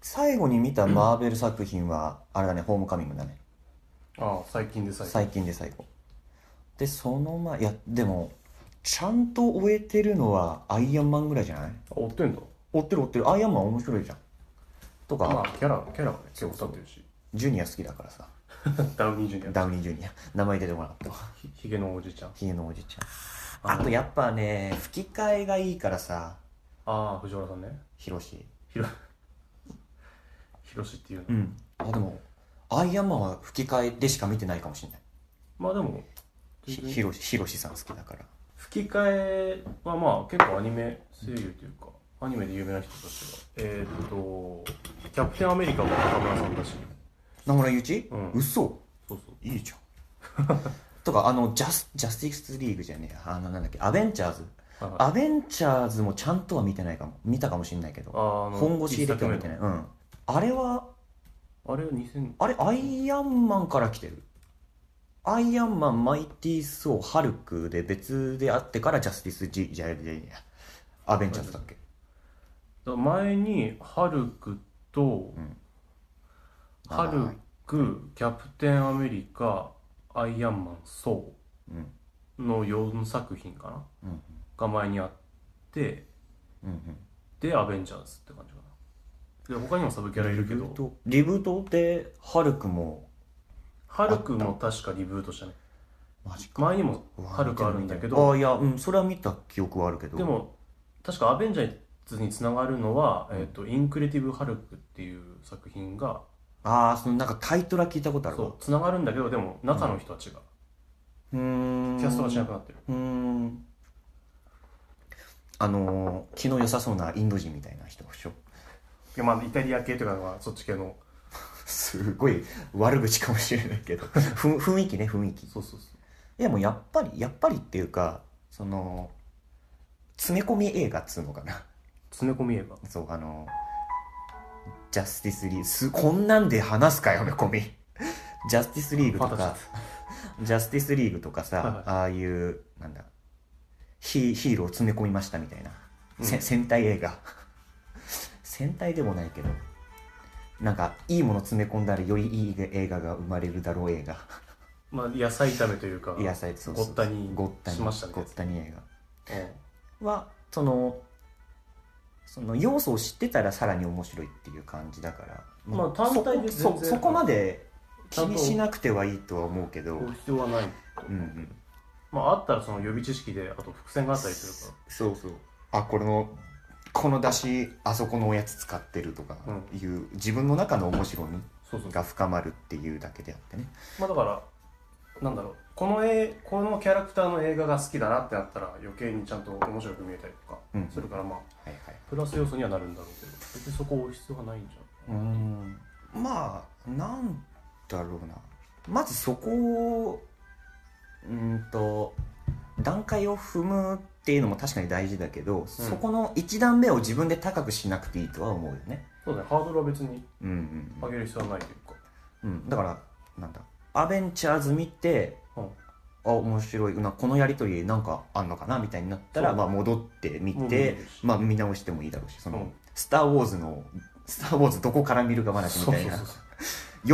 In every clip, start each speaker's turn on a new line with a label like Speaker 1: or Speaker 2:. Speaker 1: 最後に見たマーベル作品は、あれだね、ホームカミングだね。
Speaker 2: ああ最近で最近
Speaker 1: 最近で最後。で、その前、いや、でも、ちゃんと終えてるのはアイアンマンぐらいじゃない
Speaker 2: あ追ってんだ
Speaker 1: 追ってる追ってる。アイアンマン面白いじゃん。とか、
Speaker 2: まあキャラキャラがね結構立ってるし
Speaker 1: ジュニア好きだからさ。
Speaker 2: ダウニージュニア
Speaker 1: ダウニージュニア。名前出てこなかったわ。
Speaker 2: ひひげのおじちゃん
Speaker 1: ヒゲのおじちゃん。あとやっぱね、吹き替えがいいからさ、
Speaker 2: ああ藤原さんね
Speaker 1: ヒロシ。
Speaker 2: ひろ ひろしっていうの、
Speaker 1: うん。あ、でも、アイアンマンは吹き替えでしか見てないかもしれない。
Speaker 2: まあでも
Speaker 1: ひひろし、ひろしさん好きだから。
Speaker 2: 吹き替えはまあ結構アニメ声優というかアニメで有名な人たちがえーっとキャプテンアメリカも中村さんだし
Speaker 1: 名村ゆうち
Speaker 2: うん
Speaker 1: 嘘
Speaker 2: そうそう
Speaker 1: いいじゃん。 とか、あの、ジャス、ジャスティスリーグじゃねえや。あの、なんだっけ、アベンジャーズ。
Speaker 2: はいはい
Speaker 1: アベンジャーズもちゃんとは見てないかも。見たかもしれないけど。
Speaker 2: ああの
Speaker 1: 本腰入れては見てない。
Speaker 2: 一
Speaker 1: うん。あれは、
Speaker 2: 作目のあれ
Speaker 1: あれ、ア
Speaker 2: は2000
Speaker 1: イアンマンから来てる。アイアンマン、マイティー・ソー、ハルクで別であってからジャスティス・ジ、じゃ、じゃ、じゃ、アベンジャーズだっけ。
Speaker 2: だ前にハルクと、
Speaker 1: うん
Speaker 2: ハルクキャプテンアメリカアイアンマンソ
Speaker 1: うん。
Speaker 2: ーの4作品かな
Speaker 1: うん。
Speaker 2: が前にあって
Speaker 1: うん。うん。
Speaker 2: でアベンジャーズって感じかなで他にもサブキャラいるけ
Speaker 1: リブー
Speaker 2: ど
Speaker 1: トリブートで、ハルクも、
Speaker 2: ハルクも確かリブートしたね
Speaker 1: マジか。
Speaker 2: 前にも
Speaker 1: うわ
Speaker 2: ハルクあるんだけ
Speaker 1: あ
Speaker 2: ど
Speaker 1: あ、いや、うん、それは見た記憶はあるけど。
Speaker 2: で、も確かアベンジャーズにつながるのは、えっとインクレティブ・ハルクっていう作品が
Speaker 1: ああ、そのなんかタイトルは聞いたことあるわ。
Speaker 2: そうつながるんだけどでも中の人たちが
Speaker 1: うーん。
Speaker 2: キャストがしなくなってる
Speaker 1: うーん。あのー、気の良さそうなインド人みたいな人でしょ。
Speaker 2: いやまあイタリア系とかはそっち系の
Speaker 1: すごい悪口かもしれないけど。 ふ雰囲気ね、雰囲気。い
Speaker 2: そうそうそう
Speaker 1: や、もうやっぱり、やっぱりっていうか、その、詰め込み映画っつうのかな。
Speaker 2: 詰め込み映画
Speaker 1: そう、あの、ジャスティスリーグす、こんなんで話すかよ、ね、コミ。ジャスティスリーグと
Speaker 2: ファンタ
Speaker 1: か、ジャスティスリーグとか
Speaker 2: はい
Speaker 1: さ
Speaker 2: は、い
Speaker 1: ああいう、なんだ、ヒヒーローを詰め込みましたみたいな。せ
Speaker 2: うん
Speaker 1: 戦隊映画。戦隊でもないけど、なんか、いいもの詰め込んだらよりいい映画が生まれるだろう映画。
Speaker 2: まあ野菜炒めというか
Speaker 1: いや、そうそうそう
Speaker 2: ごったに
Speaker 1: ごったに
Speaker 2: しましたね
Speaker 1: ごったに映画。
Speaker 2: うん
Speaker 1: はそのその要素を知ってたらさらに面白いっていう感じだから、
Speaker 2: まあ単体で
Speaker 1: そ
Speaker 2: 全
Speaker 1: こそ
Speaker 2: 然
Speaker 1: そこまで気にしなくてはいいとは思うけど、う
Speaker 2: 追うん必要はない
Speaker 1: うん、
Speaker 2: まああったらその予備知識であと伏線があったりするか
Speaker 1: そうそうあこれのこのだしあそこのおやつ使ってるとか
Speaker 2: う
Speaker 1: いう、自分の中の面白み
Speaker 2: らそうそう
Speaker 1: が深まるっていうだけであってね
Speaker 2: まあだからなんだろうこの絵このキャラクターの映画が好きだなってなったら余計にちゃんと面白く見えたりとか
Speaker 1: うん
Speaker 2: するからまあ
Speaker 1: はいはい
Speaker 2: プラス要素にはなるんだろうけど別にそこを追う必要はないんじ
Speaker 1: うーんまあなんだろうなまずそこをうーんと段階を踏むっていうのも確かに大事だけど、そこの1段目を自分で高くしなくていいとは思うよね。
Speaker 2: ゃんそうだねハードルは別に
Speaker 1: うんうん
Speaker 2: 上げる必要はないというか
Speaker 1: うん、うん、だからなんだ「アベンチャーズ」見て
Speaker 2: うん
Speaker 1: あ面白いなこのやり取りなんかあんのかなみたいになったら、
Speaker 2: そう
Speaker 1: まあ、戻ってみ
Speaker 2: もう見れ
Speaker 1: て
Speaker 2: るし
Speaker 1: まあ、見直してもいいだろうし「その
Speaker 2: うん
Speaker 1: スター・ウォーズ」の「スター・ウォーズ」どこから見るか話み
Speaker 2: そう
Speaker 1: た
Speaker 2: そう
Speaker 1: い
Speaker 2: そう
Speaker 1: な
Speaker 2: そ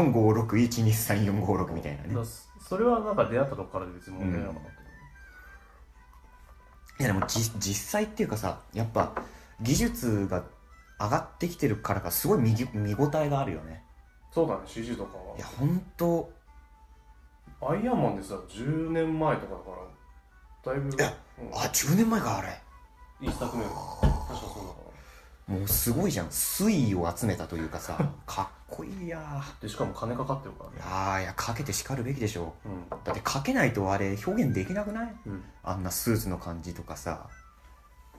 Speaker 2: う。
Speaker 1: 4561234564みたいな
Speaker 2: だか
Speaker 1: ね
Speaker 2: らそそれはなんか出会ったとこからで別に問題なかった、
Speaker 1: いやでもじ実際っていうかさやっぱ技術が上がってきてるからかすごい見ぎ見応えがあるよね
Speaker 2: そうだね CG とか
Speaker 1: いやほんと
Speaker 2: はアイアンマンでさ10年前とかだからだいぶ
Speaker 1: や
Speaker 2: うん
Speaker 1: あ10年前かあれ
Speaker 2: 一作目が確かそうだか
Speaker 1: もうすごいじゃん水位を集めたというか さかっこいいや
Speaker 2: らでしかも金かかってるから
Speaker 1: い
Speaker 2: ね
Speaker 1: やーいやかけてしかるべきでしょ
Speaker 2: う
Speaker 1: だってかけないとあれ表現できなくない
Speaker 2: ん
Speaker 1: あんなスーツの感じとかさ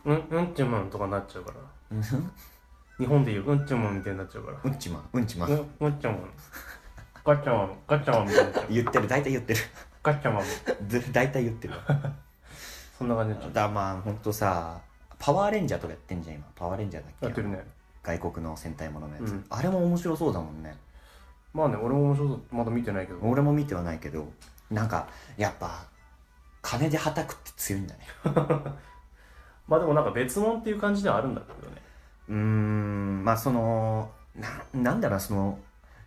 Speaker 2: うんうんちゅまんとかなっちゃうから
Speaker 1: うん
Speaker 2: 日本でいううんちゅまんみたいになっちゃうから
Speaker 1: うんちまんうんちま
Speaker 2: うんんうんちゅまんガッチャマンガッチャマンみたいになっちゃう
Speaker 1: 言ってる大体言ってる
Speaker 2: ガッチャマン
Speaker 1: ず大体言ってるわ
Speaker 2: そんな感じになっちゃ
Speaker 1: だまあ本当さパワーレンジャーとかやってんじゃん今パワーレンジャーだっ
Speaker 2: う
Speaker 1: け
Speaker 2: やってるね
Speaker 1: 外国の戦隊もののやつ、
Speaker 2: うん
Speaker 1: あれも面白そうだもんね
Speaker 2: まあね俺も面白そうまだ見てないけど
Speaker 1: 俺も見てはないけどなんかやっぱ金で叩くって強いんだね
Speaker 2: まあでもなんか別物っていう感じではあるんだけどね
Speaker 1: うーんまあそのななんだろうなその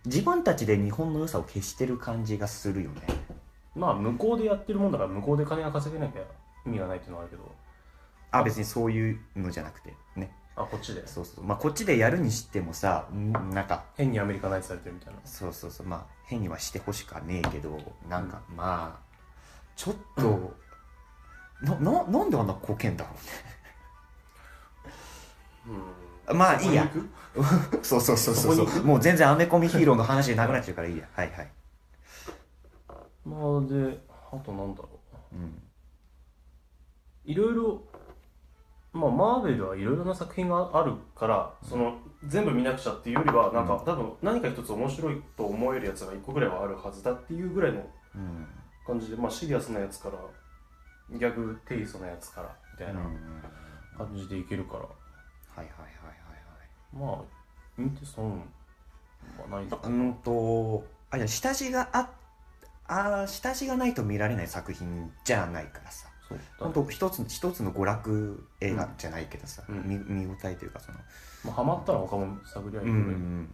Speaker 1: 自分たちで日本の良さを消してる感じがするよね
Speaker 2: まあ向こうでやってるもんだから向こうで金が稼げなきゃ意味がないっていうのはあるけど
Speaker 1: あ別にそういうのじゃなくてね
Speaker 2: あこっちで
Speaker 1: そうそうまあこっちでやるにしてもさんなんか
Speaker 2: 変にアメリカナイズされてるみたいな
Speaker 1: そうそうそうまあ変にはしてほしかねえけどなんか、まあちょっと、なななんであんなこけんだろう
Speaker 2: うん
Speaker 1: まあいいや
Speaker 2: そこに行く
Speaker 1: そうそうそうそうそ
Speaker 2: そうこに
Speaker 1: もう全然アメコミヒーローの話じゃなくなっちゃうからいいやはいはい、
Speaker 2: まあであとなんだろう
Speaker 1: うん、
Speaker 2: いろいろまあマーベルはいろいろな作品があるからその全部見なくちゃっていうよりはなんか、
Speaker 1: うん
Speaker 2: 多分何か一つ面白いと思えるやつが1個ぐらいはあるはずだっていうぐらいの
Speaker 1: うん
Speaker 2: 感じで、まあ、シリアスなやつからギャグテイストなやつからみたいな
Speaker 1: うん
Speaker 2: 感じでいけるから、
Speaker 1: はいはいはいはいはい
Speaker 2: まあ見て損はないんだ
Speaker 1: うんとあじゃあ下地がああー下地がないと見られない作品じゃないからさ
Speaker 2: そうだ
Speaker 1: 本
Speaker 2: ね
Speaker 1: 当一つ一つの娯楽映画じゃないけどさ、
Speaker 2: うん
Speaker 1: 見見応えというかその、
Speaker 2: まあ、ハマったら他も探りゃいいぐらいの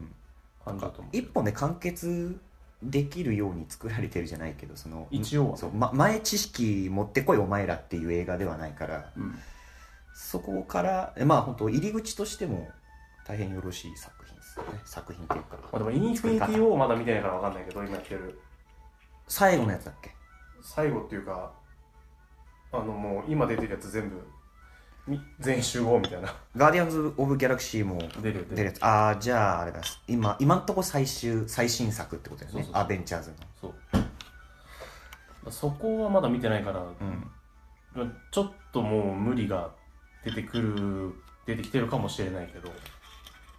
Speaker 2: 感じだと思うけ
Speaker 1: 一
Speaker 2: ど、
Speaker 1: 本で完結できるように作られてるじゃないけどその
Speaker 2: 一応はね
Speaker 1: そう、ま、前知識持ってこいお前らっていう映画ではないから
Speaker 2: うん
Speaker 1: そこからえまあ本当入り口としても大変よろしい作品ですよね作品っていうか
Speaker 2: まあ、でもインフィニティをまだ見てないから分かんないけど今やってる
Speaker 1: 最後のやつだっけ
Speaker 2: 最後っていうかあのもう今出てるやつ全部み全員集合みたいな
Speaker 1: ガーディアンズ・オブ・ギャラクシーも
Speaker 2: 出るよ
Speaker 1: 出るやつああじゃああれだ今今んとこ最終最新作ってことだよね
Speaker 2: そうそうそう
Speaker 1: アベンジャーズの
Speaker 2: そうそこはまだ見てないから、
Speaker 1: うん
Speaker 2: まあちょっともう無理が出てくる出てきてるかもしれないけど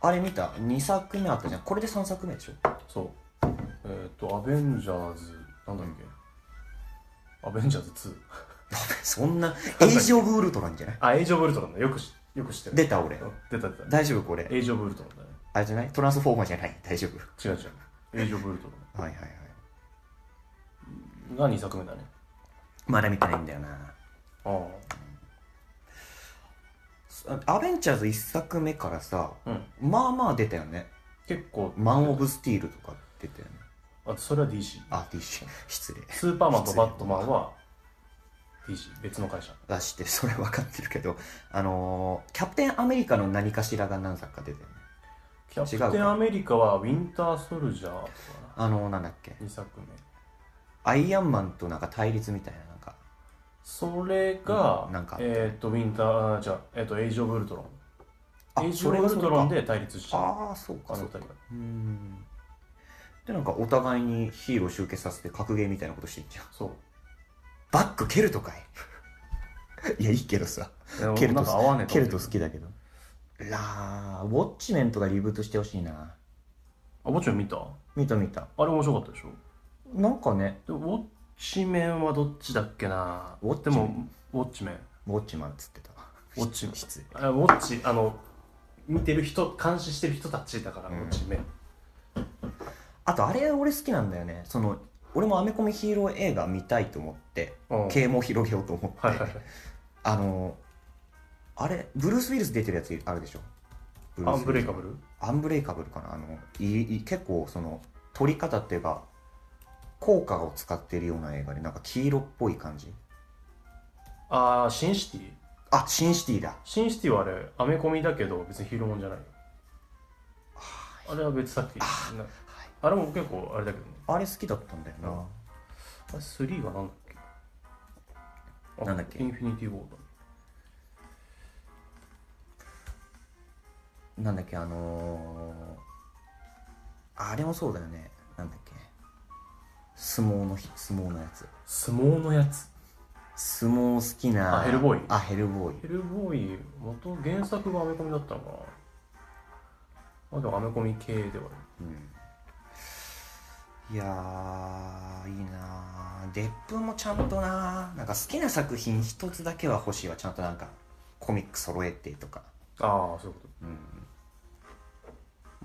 Speaker 1: あれ見た2作目あったじゃんこれで3作目で しょ
Speaker 2: そうえっ、と「アベンジャーズ」なんだっけ、アベンジャーズ2」
Speaker 1: そんなエイジ・オブ・ウルトランじゃない
Speaker 2: あエイジオブウルトランだよくしよく知ってる
Speaker 1: 出た俺
Speaker 2: うん出た出た
Speaker 1: 大丈夫これ
Speaker 2: エイジオブウルトランだね
Speaker 1: あれじゃないトランスフォーマーじゃない大丈夫
Speaker 2: 違う違うエイジオブウルト
Speaker 1: はいはいはい
Speaker 2: ランが2作目だね
Speaker 1: まだ見てないんだよな
Speaker 2: あ
Speaker 1: アベンジャーズ1作目からさ
Speaker 2: あうん
Speaker 1: まあまあ出たよね
Speaker 2: 結構
Speaker 1: マン・オブ・スティールとか出たよね
Speaker 2: あとそれは DC
Speaker 1: あ DC 失礼
Speaker 2: スーパーマンとバットマンは DC 別の会社
Speaker 1: 出してそれ分かってるけどあのーキャプテンアメリカの何かしらが何作か出てるね
Speaker 2: キャプテンアメリカはウィンター・ソルジャーとか
Speaker 1: あのーなんだっけ
Speaker 2: な2作目
Speaker 1: アイアンマンとなんか対立みたいななんか
Speaker 2: それが、
Speaker 1: うんなんか
Speaker 2: えっ、とウィンターあじゃあえっ、とエイジ・オブ・ウルトロ
Speaker 1: あ
Speaker 2: ンエイジ・オブ・ウルトロンで対立したあ
Speaker 1: ああそうか
Speaker 2: の
Speaker 1: そ
Speaker 2: 二
Speaker 1: うか
Speaker 2: 人が
Speaker 1: うーんでなんかお互いにヒーロー集結させて格ゲーみたいなことしてんじゃん
Speaker 2: そう
Speaker 1: バック蹴るとかい いやいいけどさケ
Speaker 2: ケ
Speaker 1: ルト
Speaker 2: ルト
Speaker 1: ス
Speaker 2: ス合わねえ
Speaker 1: 蹴ると
Speaker 2: と
Speaker 1: 好きだけどラーウォッチメンとかリブートしてほしいな
Speaker 2: あもちろん見た
Speaker 1: 見た見た
Speaker 2: あれ面白かったでしょ
Speaker 1: なんかね
Speaker 2: でウォッチメンはどっちだっけな
Speaker 1: ウォッチ
Speaker 2: で
Speaker 1: メン
Speaker 2: もウォッチメン
Speaker 1: ウォッチマンっつってた
Speaker 2: ウォッチメン
Speaker 1: 失礼
Speaker 2: あウォッチあの見てる人監視してる人たちだから、
Speaker 1: うん
Speaker 2: ウォッチメン
Speaker 1: あとあれ俺好きなんだよねその俺もアメコミヒーロー映画見たいと思って
Speaker 2: うん
Speaker 1: 啓蒙広げようと思って、
Speaker 2: はいはいはい
Speaker 1: あのあれブルース・ウィルス出てるやつあるでしょブルー
Speaker 2: ア
Speaker 1: ス
Speaker 2: ンブレイカブル
Speaker 1: アンブレイカブルかなあのいい結構その撮り方っていうか効果を使ってるような映画でなんか黄色っぽい感じ
Speaker 2: ああシンシティ
Speaker 1: あシンシティだ
Speaker 2: シンシティはあれアメコミだけど別にヒーローもんじゃないあれは別作品なあれも結構あれだけどね
Speaker 1: あれ好きだったんだよな、
Speaker 2: あれ3はなんだっけあ
Speaker 1: なんだっけ
Speaker 2: インフィニティ・ウォーだ
Speaker 1: なんだっけあのー、あれもそうだよねなんだっけ相撲の日相撲のやつ
Speaker 2: 相撲のやつ
Speaker 1: 相撲好きな
Speaker 2: あヘルボーイ
Speaker 1: あヘルボーイ
Speaker 2: ヘルボーイ元原作がアメコミだったのかなまあでもアメコミ系ではある
Speaker 1: いやーいいなーデップもちゃんとなーなんか好きな作品一つだけは欲しいわちゃんとなんかコミック揃えてとか、
Speaker 2: ああそういうこと
Speaker 1: うん、
Speaker 2: ま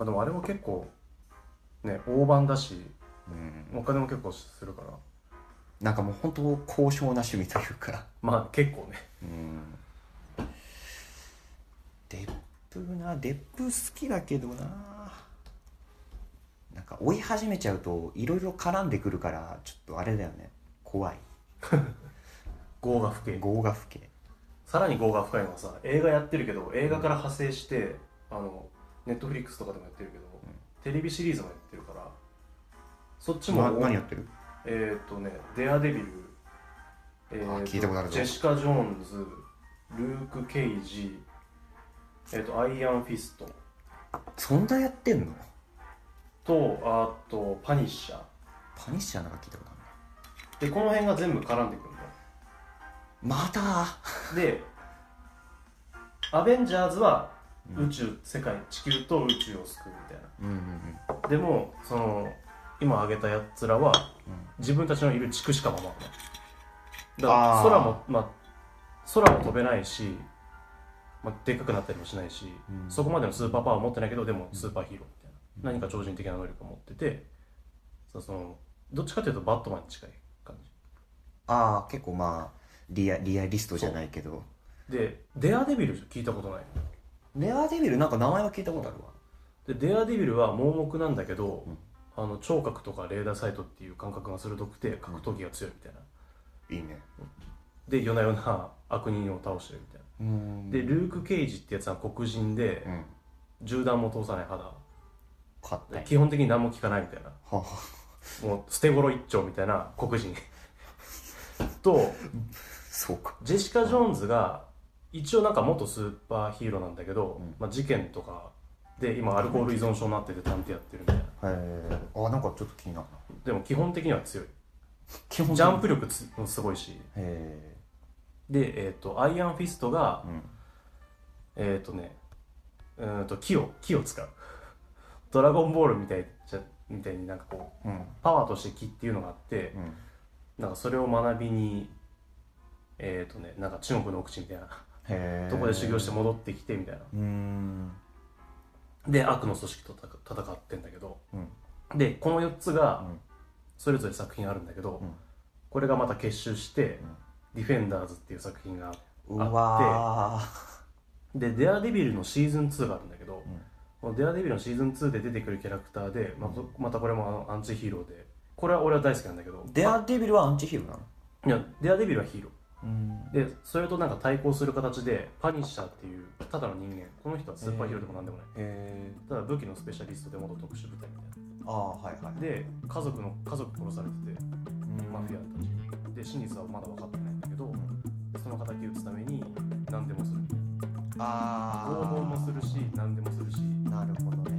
Speaker 2: あでもあれは結構ね大盤だし
Speaker 1: うん
Speaker 2: お金も結構するから
Speaker 1: なんかもう本当高尚な趣味というか、
Speaker 2: まあ結構ね
Speaker 1: うん、デップなデップ好きだけどなか追い始めちゃうといろいろ絡んでくるからちょっとあれだよね怖い
Speaker 2: 業が深い
Speaker 1: 業が深い
Speaker 2: さらに業が深いのはさ映画やってるけど映画から派生してあのネットフリックスとかでもやってるけど、テレビシリーズもやってるからそっちも、
Speaker 1: な何やってる
Speaker 2: えーっ、とね「デアデビル」えーっ
Speaker 1: 聞いたことあるぞ
Speaker 2: ジェシカ・ジョーンズルーク・ケイジえーっ、とアイアン・フィスト
Speaker 1: そんなやってんの
Speaker 2: とあとパニッシャー
Speaker 1: パニッシャーなんか聞いたことあるね
Speaker 2: でこの辺が全部絡んでくるんだよ
Speaker 1: また
Speaker 2: で「アベンジャーズ」は
Speaker 1: うん
Speaker 2: 宇宙、世界地球と宇宙を救うみたいな
Speaker 1: うんうんうん
Speaker 2: でもその今挙げたやつらは
Speaker 1: うん
Speaker 2: 自分たちのいる地区しか守らないだから
Speaker 1: あー
Speaker 2: 空も、まあ、空も飛べないし、まあ、でっかくなったりもしないし、
Speaker 1: うん
Speaker 2: そこまでのスーパーパワーを持ってないけどでもスーパーヒーローみたいな、何か超人的な能力を持っててそうそのどっちかというとバットマンに近い感
Speaker 1: ああ結構まあリアリアリストじゃないけど
Speaker 2: じで「デアデビル」聞いたことない
Speaker 1: レアデビルなんか名前は聞いたことあるわ
Speaker 2: でデアデビルは盲目なんだけど、
Speaker 1: うん
Speaker 2: あの聴覚とかレーダーサイトっていう感覚が鋭くて格闘技が強いみたいな、
Speaker 1: いいね
Speaker 2: で夜な夜な悪人を倒してるみたいな
Speaker 1: うん
Speaker 2: でルーク・ケイジってやつは黒人で
Speaker 1: うん
Speaker 2: 銃弾も通さない肌
Speaker 1: 勝った
Speaker 2: で
Speaker 1: よ
Speaker 2: 基本的に何も効かないみたいな
Speaker 1: はあ
Speaker 2: もう捨て頃一丁みたいな黒人と
Speaker 1: そうか
Speaker 2: ジェシカ・ジョーンズが一応なんか元スーパーヒーローなんだけど、
Speaker 1: うん
Speaker 2: まあ、事件とかで今アルコール依存症になってて探偵やってるみたいな
Speaker 1: へえあなんかちょっと気になるな
Speaker 2: でも基本的には強い
Speaker 1: 基本
Speaker 2: ジャンプ力つもすごいし
Speaker 1: へえ
Speaker 2: で、えー、とアイアンフィストが
Speaker 1: うん
Speaker 2: えっ、ー、とね、うーんと木を、木を使う。 ドラゴンボールみたいじゃみたいになんかこう、
Speaker 1: うん
Speaker 2: パワーとして木っていうのがあって、
Speaker 1: うん
Speaker 2: なんかそれを学びに、えっ、ー、とね、なんか中国の奥地みたいな
Speaker 1: へえ
Speaker 2: とこで修行して
Speaker 1: も
Speaker 2: 戻ってきてみたいな。
Speaker 1: うーん
Speaker 2: で、悪の組織と戦戦ってんだけど、
Speaker 1: うん
Speaker 2: で、この4つ
Speaker 1: う
Speaker 2: が
Speaker 1: ん
Speaker 2: それぞれ作品あるんだけど、
Speaker 1: うん
Speaker 2: これがまた結集して、
Speaker 1: うん
Speaker 2: ディフェンダーズっていう作品があって、
Speaker 1: うわー
Speaker 2: で、デアデビルのシーズン2があるんだけど、
Speaker 1: うん
Speaker 2: このデアデビルのシーズン2で出てくるキャラクターで、まあこまたこれもあのアンチヒーローでこれは俺は大好きなんだけど
Speaker 1: デアデビルはアンチヒーローなの
Speaker 2: いやデアデビルはヒーロ
Speaker 1: うん
Speaker 2: ーでそれとなんか対抗する形でパニッシャーっていうただの人間この人はスーパーヒーローでもなんでもない、
Speaker 1: へえ
Speaker 2: ただ武器のスペシャリストで元特殊部隊みたい
Speaker 1: ああはいはい
Speaker 2: なで家族の家族殺されてて
Speaker 1: うん
Speaker 2: マフィアたちにで真実はまだ分かってないんだけどその敵を打つために何でもする
Speaker 1: ああ
Speaker 2: 拷問もするし何でもするし
Speaker 1: なるほどね